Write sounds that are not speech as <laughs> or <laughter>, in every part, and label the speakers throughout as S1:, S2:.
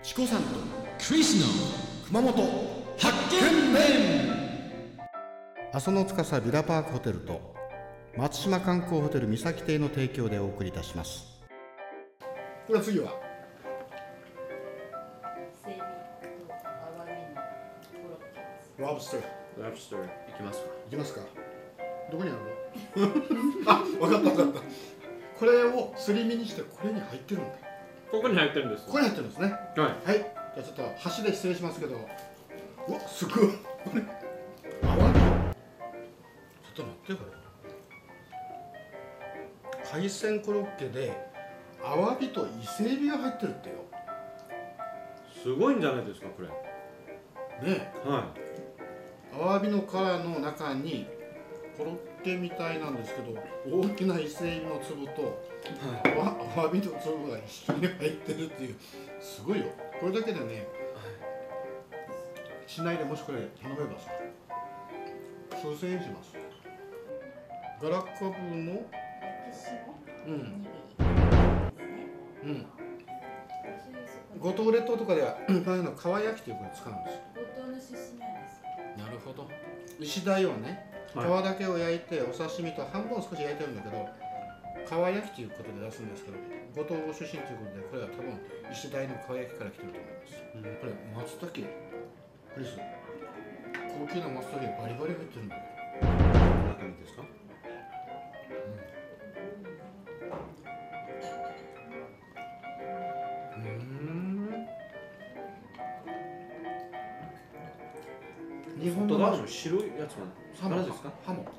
S1: チコさんとクリスの熊本発見面
S2: 阿蘇の司ビラパークホテルと松島観光ホテル三崎邸の提供でお送りいたします
S1: これ次は
S3: セミとアワビのコロッケです。
S1: ロブスターい
S4: Webster 行きますか
S1: きますかどこにあるの <laughs> あ、わかったわかったこれをすり身にしてこれに入ってるんだ
S4: ここに入ってるんです
S1: ここに入ってるんですね
S4: はい
S1: はい、じゃあちょっと箸で失礼しますけどうわ、すくうこれアワビちょっと待ってよこれ海鮮コロッケでアワビと伊勢エビが入ってるってよ
S4: すごいんじゃないですかこれ
S1: ねえ
S4: は
S1: アワビの殻の中にコロッケみたいなんですけど大きな伊勢エビの粒とアワアワビの粒が一緒に入ってるっていうすごいよこれだけでね市内でもしこれ頼めばさ数千円しますガラカブの
S3: 歴史の
S1: うん
S3: ですね。
S1: うん
S3: そういうそこ
S1: 五島列島とかでは <clears throat> 一般の皮焼きというこれ使うんです
S3: 五島の出身なんです。
S1: なるほど石鯛はね皮
S4: は
S1: だけを焼いてお刺身と半分を少し焼いてるんだけど皮焼きということで出すんですけど五島ご出身ということでこれは多分石鯛の皮焼きから来てると思います、
S4: うん
S1: これ松茸クリス高級な松茸バリバリ入ってるんだよ
S4: い中身ですか
S1: うーん日本の
S4: 外側
S1: 松
S4: の白いやつは
S1: ハモ
S4: 魚ですか
S1: ハモ
S4: ハ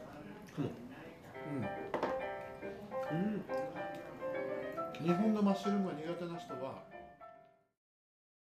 S4: モうん
S1: うん日本のマッシュルームが苦手な人は